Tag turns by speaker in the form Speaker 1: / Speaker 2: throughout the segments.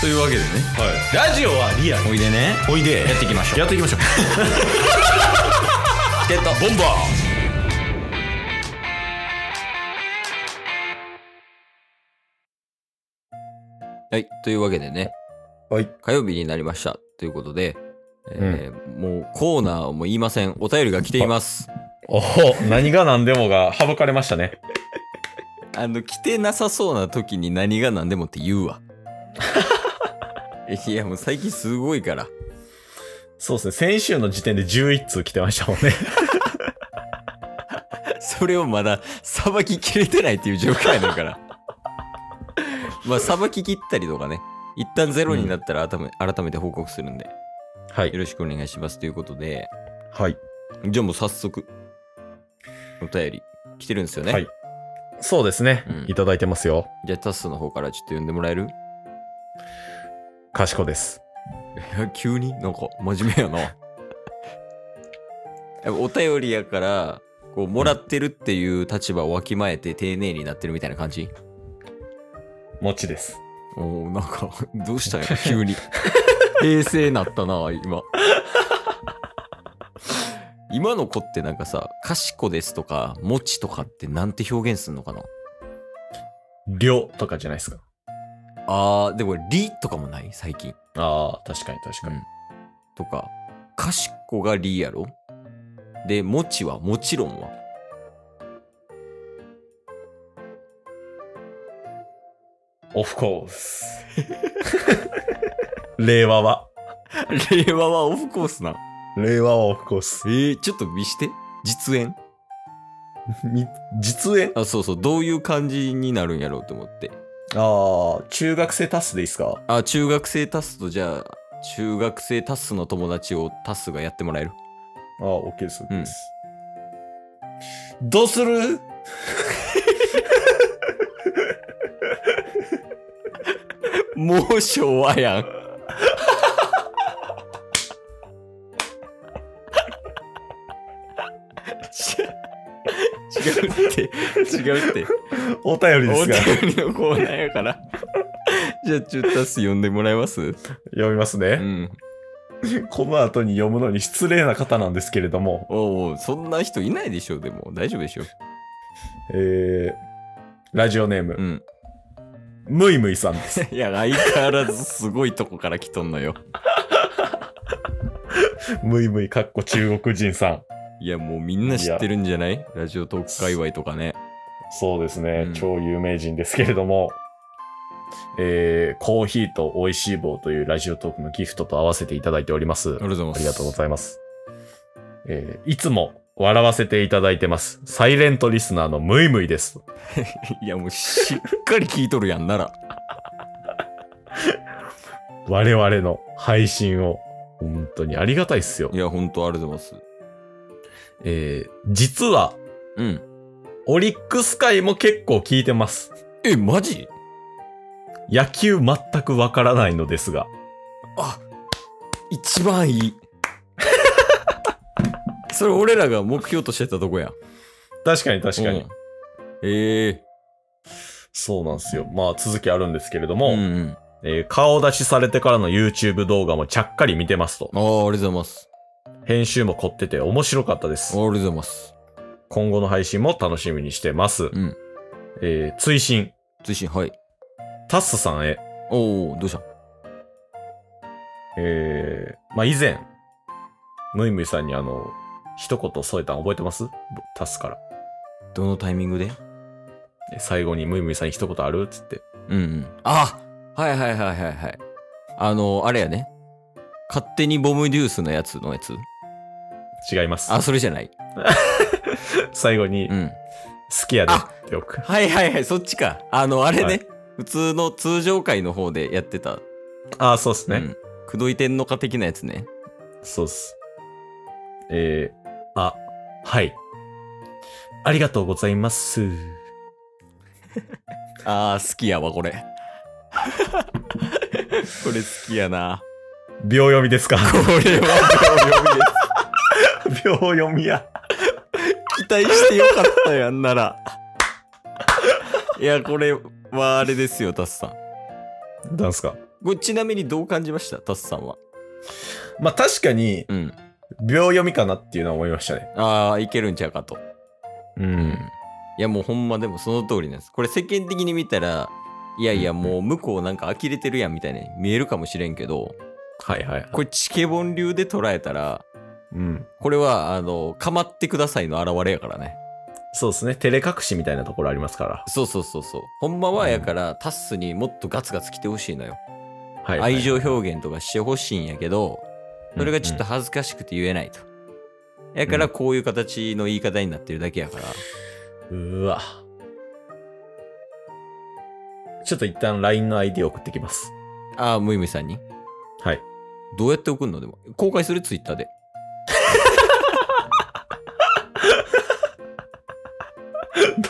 Speaker 1: というわけでね
Speaker 2: ラジオはリアル
Speaker 1: おいでね
Speaker 2: おいで
Speaker 1: やっていきましょう
Speaker 2: やっていきましょう
Speaker 1: チケットボンバーはいというわけでね
Speaker 2: はい
Speaker 1: 火曜日になりましたということで、えーもうコーナーも言いませんお便りが来ています
Speaker 2: おお何が何でもが省かれましたね
Speaker 1: あの来てなさそうな時に何が何でもって言 うわいやもう最近すごいから
Speaker 2: そうですね先週の時点で11通来てましたもんね
Speaker 1: それをまださばききれてないっていう状況やねんからまあさばききったりとかね一旦ゼロになったら改め,、改めて報告するんで
Speaker 2: は
Speaker 1: よ
Speaker 2: い
Speaker 1: ろしくお願いしますということで
Speaker 2: はい、
Speaker 1: じゃあもう早速お便り来てるんですよね、
Speaker 2: はいそうですね、
Speaker 1: うん
Speaker 2: いただいてますよ
Speaker 1: じゃあタッスの方からちょっと呼んでもらえる
Speaker 2: かしこです
Speaker 1: いや急になんか真面目やな やっぱお便りやからこうもらってるっていう立場をわきまえて丁寧になってるみたいな感じ
Speaker 2: もちです
Speaker 1: おおなん かどうしたんやろ急に平成なったな今今の子ってなんかさ「賢です」とか「もち」とかってなんて表現すんのかな
Speaker 2: りょとかじゃないですか
Speaker 1: あーでも「り」とかもない最近
Speaker 2: ああ確かに確かに、
Speaker 1: とか「賢が「り」やろで「もち」は「もちろん」は
Speaker 2: オフコース 令和は
Speaker 1: 令和はオフコースな
Speaker 2: 令和はオフコース
Speaker 1: えー、ちょっと見して実演
Speaker 2: み実演
Speaker 1: あそうそうどういう感じになるんやろうと思って
Speaker 2: ああ中学生タスでいいですか
Speaker 1: あ中学生タスとじゃあ中学生タスの友達をタスがやってもらえる
Speaker 2: ああ、OK です、OK です。どうする
Speaker 1: もう昭和やんち違うって違うって
Speaker 2: お便りで
Speaker 1: お
Speaker 2: すが、
Speaker 1: 便りのコーナーやから じゃあちょっとタス呼んでもらえます
Speaker 2: 読みます
Speaker 1: う
Speaker 2: ね。
Speaker 1: ん
Speaker 2: この後に読むのに失礼な方なんですけれども、
Speaker 1: おうおうそんな人いないでしょでも大丈夫でしょ
Speaker 2: えー、ラジオネ
Speaker 1: う
Speaker 2: ーム、
Speaker 1: ん
Speaker 2: ムイムイさんです。
Speaker 1: いや相変わらずすごいとこから来とんのよ
Speaker 2: ムイムイかっこ中国人さん。
Speaker 1: いやもうみんな知ってるんじゃないラジオトーク界隈とかね
Speaker 2: そうですね、
Speaker 1: うん
Speaker 2: 超有名人ですけれども、えー、コーヒーと美味しい棒というラジオトークのギフトと合わせていただいております。
Speaker 1: がとうご
Speaker 2: ありがとうございます。えーいつも笑わせていただいてます。サイレントリスナーのムイムイです。
Speaker 1: いやもうしっかり聞いとるやんなら。
Speaker 2: 我々の配信を。本当にありがたいっすよ
Speaker 1: い。やほんとありがとうございます。
Speaker 2: えー実は、
Speaker 1: うん。
Speaker 2: オリックス界も結構聞いてます。
Speaker 1: え、マジ
Speaker 2: 野球全くわからないのですが。
Speaker 1: あ一番いい。 それ俺らが目標としてたとこや。
Speaker 2: 確かに確かに。
Speaker 1: うんええ
Speaker 2: そうなんですよ。まあ続きあるんですけれど
Speaker 1: ー。
Speaker 2: も、
Speaker 1: うんうん。
Speaker 2: えー顔出しされてからの YouTube 動画もちゃっかり見てますと。
Speaker 1: ああ、ありがとうございます。
Speaker 2: 編集も凝ってて面白かったで
Speaker 1: あ
Speaker 2: す
Speaker 1: り。がとうございます。
Speaker 2: 今後の配信も楽しみにしてます。
Speaker 1: うん。
Speaker 2: えー追伸、
Speaker 1: 追伸、はい。
Speaker 2: タッスさんへ、
Speaker 1: おおどうした
Speaker 2: えー、まあ、以前、ムイムイさんにあの、一言添えたん覚えてますぼタッスから。
Speaker 1: どのタイミングで
Speaker 2: え最後にムイムイさんに一言あるっつって。
Speaker 1: うんうん。あはいはいはいはいはい。あの、あれやね。勝手にボムデュースのやつのやつ
Speaker 2: 違います。
Speaker 1: あ、それじゃない。
Speaker 2: 最後に、
Speaker 1: う
Speaker 2: 好
Speaker 1: ん。
Speaker 2: きやでってよく。
Speaker 1: はいはいはい、そっちか。あの、あれね、
Speaker 2: はい
Speaker 1: 普通の通常回の方でやってた。
Speaker 2: ああ、そうっすね。
Speaker 1: うん。くどい天の家的なやつね。
Speaker 2: そうっす。えー、あ、はい。ありがとうございます。
Speaker 1: あー、好きやわ、これ。 これ好きやな。
Speaker 2: 秒読みですか
Speaker 1: これは
Speaker 2: 秒読みや。
Speaker 1: 期待してよかったやんなら。いや、これはあれですよ、タスさん。
Speaker 2: なんすか
Speaker 1: これちなみにどう感じましたタスさんは。
Speaker 2: まあ確かに、
Speaker 1: うん。
Speaker 2: 秒読みかなっていうのは思いましたね。
Speaker 1: ああ、いけるんちゃうかと。
Speaker 2: う
Speaker 1: うん。い。や、もうほんまでもその通りなんです。これ世間的に見たら、いやいや、もう向こうなんか呆れてるやんみたいに見えるかもしれんけど、
Speaker 2: はいはい。
Speaker 1: これチケボン流で捉えたら、
Speaker 2: うん。
Speaker 1: これは、あの、構ってくださいの表れやからね。
Speaker 2: そうですね。照れ隠しみたいなところありますから。
Speaker 1: そうそうそうそう。ほんまは
Speaker 2: うん
Speaker 1: やから、タッスにもっとガツガツ来てほしいのよ。
Speaker 2: はい、
Speaker 1: 愛情表現とかしてほしいんやけど、それがちょっと恥ずかしくて言えないと。やから、
Speaker 2: うん
Speaker 1: こういう形の言い方になってるだけやから。
Speaker 2: うん、うんうわ。ちょっと一旦 LINE の ID を送ってきます。
Speaker 1: ああ、むいむいさんに。
Speaker 2: はい。
Speaker 1: どうやって送るのでも。公開するツイッターで。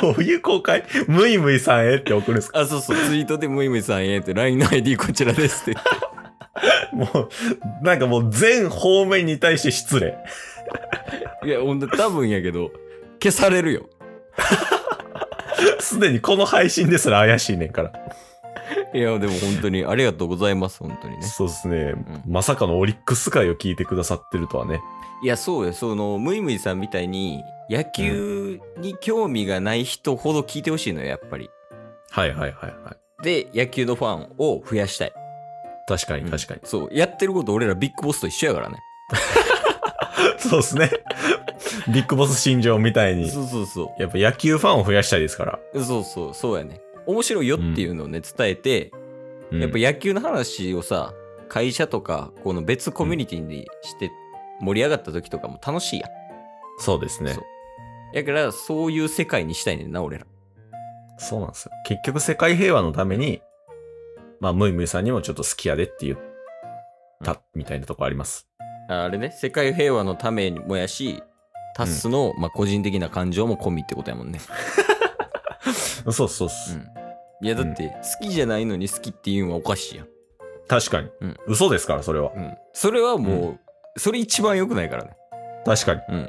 Speaker 2: どういう公開ムイムイさんへって送るんですか
Speaker 1: あ、そうそう、ツイートでむいむいさんへって、LINE の ID こちらですって。
Speaker 2: もう、なんかもう全方面に対して失礼。
Speaker 1: いや、ほんと多分やけど、消されるよ。
Speaker 2: すでにこの配信ですら怪しいねんから。
Speaker 1: いや、でも本当にありがとうございます、本当にね。
Speaker 2: そうですね、
Speaker 1: う
Speaker 2: まさかのオリックス界を聞いてくださってるとはね。
Speaker 1: いや、そうよ。その、ムイムイさんみたいに、野球に興味がない人ほど聞いてほしいのよ、やっぱり。
Speaker 2: はいはいはいはい。
Speaker 1: で、野球のファンを増やしたい。
Speaker 2: 確か
Speaker 1: うん
Speaker 2: に確かに。
Speaker 1: そう。やってること俺らビッグボスと一緒やからね。
Speaker 2: そうですね。ビッグボス心情みたいに。
Speaker 1: そうそうそ
Speaker 2: やっぱ野球ファンを増やしたいですから。
Speaker 1: う。そうそう、そうやね。面白いよっていうのをね、伝えて、
Speaker 2: うん
Speaker 1: やっぱ野球の話をさ、会社とか、この別コミュニティにして盛り上がった時とかも楽しいやん。
Speaker 2: そうですね
Speaker 1: そう。やから、そういう世界にしたいねんな、俺ら。
Speaker 2: そうなんですよ。結局世界平和のために、まあ、ムイムイさんにもちょっと好きやでって言ったみたいなとこあります。
Speaker 1: ああれね、世界平和のためにもやし、タスの、まあ、個人的な感情も込みってことやもんね。
Speaker 2: そうそうそう、
Speaker 1: いや、だって、好きじゃないのに好きっていうのはおかしいやん。
Speaker 2: 確かに、
Speaker 1: うん
Speaker 2: 嘘ですから、それは。
Speaker 1: うん。それはもう、それ一番良くないからね。
Speaker 2: 確かに。
Speaker 1: うん。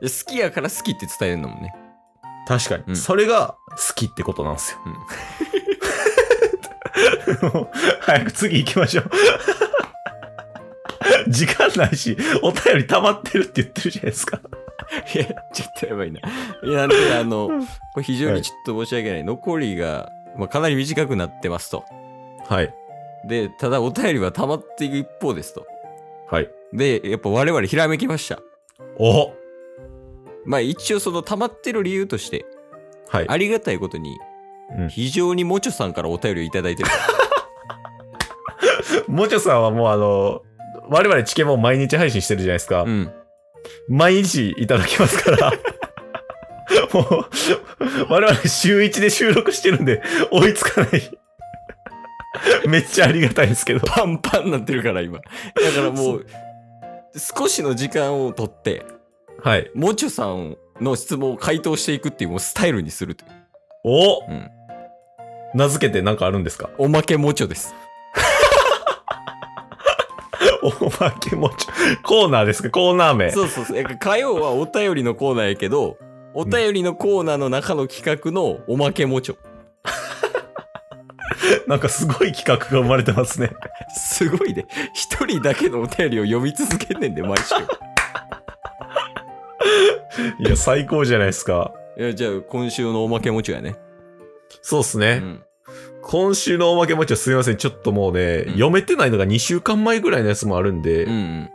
Speaker 1: で好きやから好きって伝えるんだもんね。
Speaker 2: 確かに、
Speaker 1: うん
Speaker 2: それが好きってことなんですよ。 もう早く次行きましょう。 時間ないし、お便り溜まってるって言ってるじゃないですか。
Speaker 1: いや、ちょっとやばいな。いや、なんで、あの、
Speaker 2: うん
Speaker 1: これ非常にちょっと申し訳ない。残りが、まあ、かなり短くなってますと。
Speaker 2: はい。
Speaker 1: で、ただお便りは溜まっていく一方ですと。
Speaker 2: はい。
Speaker 1: で、やっぱ我々ひらめきました。
Speaker 2: おは
Speaker 1: まあ一応その溜まってる理由として、
Speaker 2: い。
Speaker 1: ありがたいことに、
Speaker 2: うん
Speaker 1: 非常にもちょさんからお便りをいただいてる。
Speaker 2: もちょさんはもうあの、我々チケモン毎日配信してるじゃないですか。
Speaker 1: うん。
Speaker 2: 毎日いただきますから。もう、我々週1で収録してるんで、追いつかない。めっちゃありがたいんですけど。
Speaker 1: パンパンになってるから今。だからもう、少しの時間をとって、
Speaker 2: はい。
Speaker 1: もちょさんの質問を回答していくっていうもうスタイルにするという。
Speaker 2: お、
Speaker 1: うん
Speaker 2: 名付けて何かあるんですか
Speaker 1: おまけもちょです。
Speaker 2: おまけもちょ、コーナーですかコーナー名。
Speaker 1: そうそうそう。やっぱ火曜はお便りのコーナーやけど、お便りのコーナーの中の企画のおまけもちょ。
Speaker 2: なんかすごい企画が生まれてますね。
Speaker 1: すごいね。一人だけのお便りを読み続けんねんで、 毎週。
Speaker 2: いや、最高じゃないですか。
Speaker 1: いやじゃあ今週のおまけもちょやね。
Speaker 2: そうっす
Speaker 1: う
Speaker 2: ね。
Speaker 1: ん。
Speaker 2: 今週のおまけもちょすみません。ちょっともうね、
Speaker 1: ん
Speaker 2: 読めてないのが2週間前ぐらいのやつもあるんで、
Speaker 1: うんうん。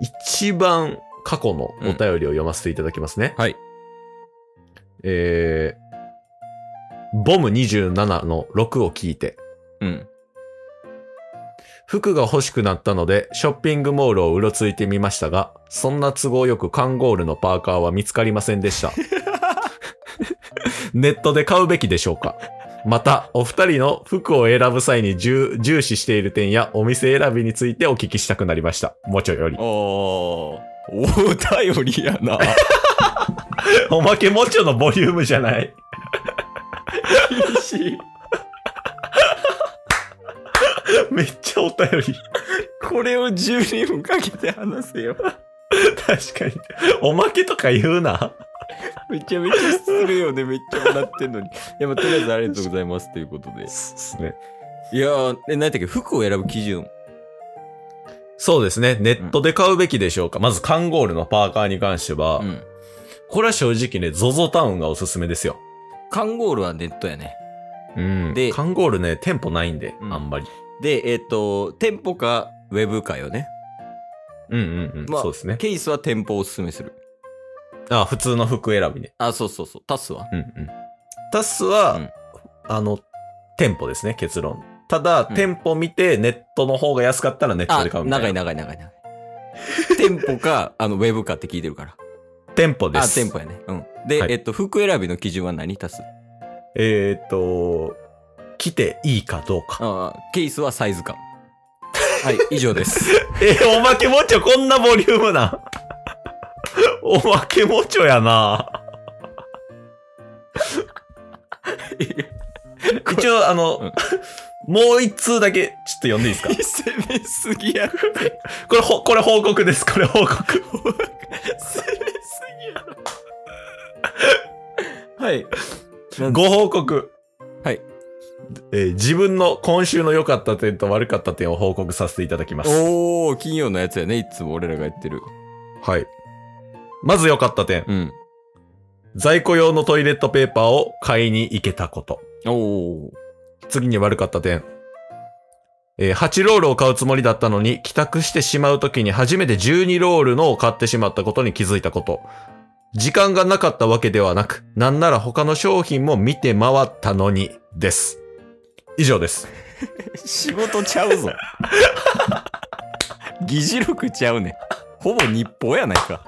Speaker 2: 一番過去のお便りを読ませていただきますね。
Speaker 1: うんはい。
Speaker 2: えー、ボム27の6を聞いて、
Speaker 1: うん。
Speaker 2: 服が欲しくなったので、ショッピングモールをうろついてみましたが、そんな都合よくカンゴールのパーカーは見つかりませんで した。ネットで買うべきでしょうかまた、お二人の服を選ぶ際に重重視している点やお店選びについてお聞きしたくなりました。もうちょいより
Speaker 1: あ。お便りやな。
Speaker 2: おまけもちょのボリュームじゃない。
Speaker 1: 厳しい。
Speaker 2: めっちゃお便り。
Speaker 1: これを12分かけて話せよ。
Speaker 2: 確かに。おまけとか言うな。
Speaker 1: めちゃめちゃ失礼よね。めっちゃ笑ってんのに。いや、まあ、とりあえずありがとうございますということで。
Speaker 2: そうっすね。
Speaker 1: いやー、え、何やったっけ服を選ぶ基準。
Speaker 2: そうですね。ネットで買うべきでしょうか。まず、カンゴールのパーカーに関しては、
Speaker 1: うん。
Speaker 2: これは正直ね、ZOZO タウンがおすすめですよ。
Speaker 1: カンゴールはネットやね。
Speaker 2: うん。
Speaker 1: で
Speaker 2: カンゴールね、店舗ないんで、
Speaker 1: うん
Speaker 2: あんまり。
Speaker 1: で、えっ、と、店舗かウェブかよね。
Speaker 2: うんうんうん。
Speaker 1: まあ
Speaker 2: そうですね。
Speaker 1: ケースは店舗をおすすめする。
Speaker 2: あ、普通の服選びね。
Speaker 1: あ、そうそうそう。タスは
Speaker 2: うんうん。タスは、
Speaker 1: うん
Speaker 2: あの、店舗ですね、結論。ただ、
Speaker 1: うん
Speaker 2: 店舗見て、ネットの方が安かったらネット
Speaker 1: あ
Speaker 2: で、買うみたいな。
Speaker 1: 長い長い長い長い。店舗か、あの、ウェブかって聞いてるから。
Speaker 2: 店舗で
Speaker 1: あ、
Speaker 2: す。
Speaker 1: 店舗やね。うん。で、
Speaker 2: はい
Speaker 1: えっと、服選びの基準は何タス
Speaker 2: えーっと、来ていいかどうか。
Speaker 1: あーケースはサイズ感。 はい、以上です。
Speaker 2: えーおまけもちょ、こんなボリュームな。おまけもちょやな。一応、あの、
Speaker 1: うん
Speaker 2: もう一通だけ、ちょっと読んでいいですか
Speaker 1: 攻めすぎやろ。
Speaker 2: これ、ほ、これ報告です。これ報告。
Speaker 1: 攻めすぎやろ。はい。
Speaker 2: ご報告。
Speaker 1: はい。
Speaker 2: えー自分の今週の良かった点と悪かった点を報告させていただきます。
Speaker 1: おー、金曜のやつやね。いつも俺らがやってる。
Speaker 2: はい。まず良かった点。
Speaker 1: うん。
Speaker 2: 在庫用のトイレットペーパーを買いに行けたこと。
Speaker 1: おー。
Speaker 2: 次に悪かった点。えー8ロールを買うつもりだったのに、帰宅してしまうときに初めて12ロールのを買ってしまったことに気づいたこと。時間がなかったわけではなく、なんなら他の商品も見て回ったのに、です。以上です。
Speaker 1: 仕事ちゃうぞ 議事録ちゃうねんほぼ日報やないか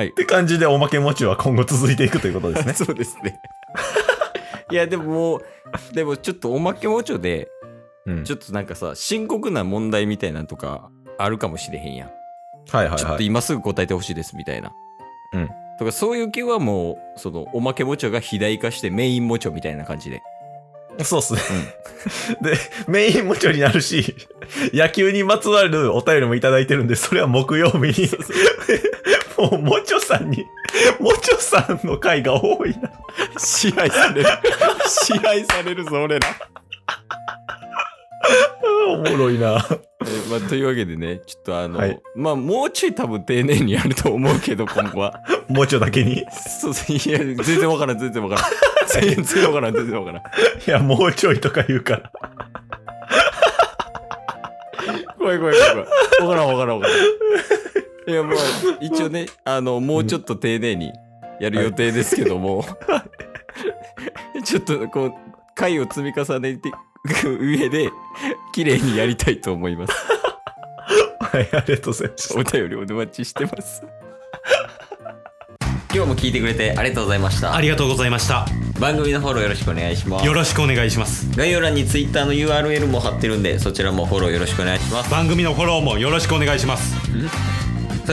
Speaker 2: って感じでおまけ持ちは今後続いていくということですね。
Speaker 1: そうですね いやでももうでもちょっとおまけもちょで
Speaker 2: うん
Speaker 1: ちょっとなんかさ深刻な問題みたいなんとかあるかもしれへんやん、
Speaker 2: はいはい
Speaker 1: ちょっ
Speaker 2: は
Speaker 1: と
Speaker 2: い。
Speaker 1: 今すぐ答えてほしいですみたいな
Speaker 2: うん
Speaker 1: とかそういう気はもうそのおまけもちょが肥大化してメインもちょみたいな感じで
Speaker 2: そうっすね。で、メインもちろんになるし、野球にまつわるお便りもいただいてるんで、それは木曜日に、もう、もちょさんに、もちょさんの回が多いな。
Speaker 1: 支配される支配されるぞ俺ら
Speaker 2: おもろいな。
Speaker 1: えーまあ、というわけでね、ちょっとあの、
Speaker 2: はい
Speaker 1: まあ、もうちょい多分丁寧にやると思う けど、今後は。
Speaker 2: もちょだけに。い
Speaker 1: そういや、全然わからん、全然わからん。全然わからん、全然わからん。
Speaker 2: や、もうちょいとか言うから。
Speaker 1: 怖い怖い怖い怖い。わからん、わからん、わからん。いや、まあ、一応ね、あの、もうちょっと丁寧にやる予定ですけども、ちょっとこう、回を積み重ねていく上で、綺麗にやりたいと思い ます。
Speaker 2: はい、ありがとうございました。
Speaker 1: お便りお待ちしてます。今日も聞いてくれてありがとうございました
Speaker 3: あ。りがとうございました。
Speaker 1: 番組のフォローよろしくお願いします
Speaker 3: よろしくお願いします。
Speaker 1: 概要欄に Twitter の URL も貼ってるんでそちらもフォローよろしくお願いします
Speaker 3: 番組のフォローもよろしくお願いします。
Speaker 1: そ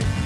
Speaker 3: す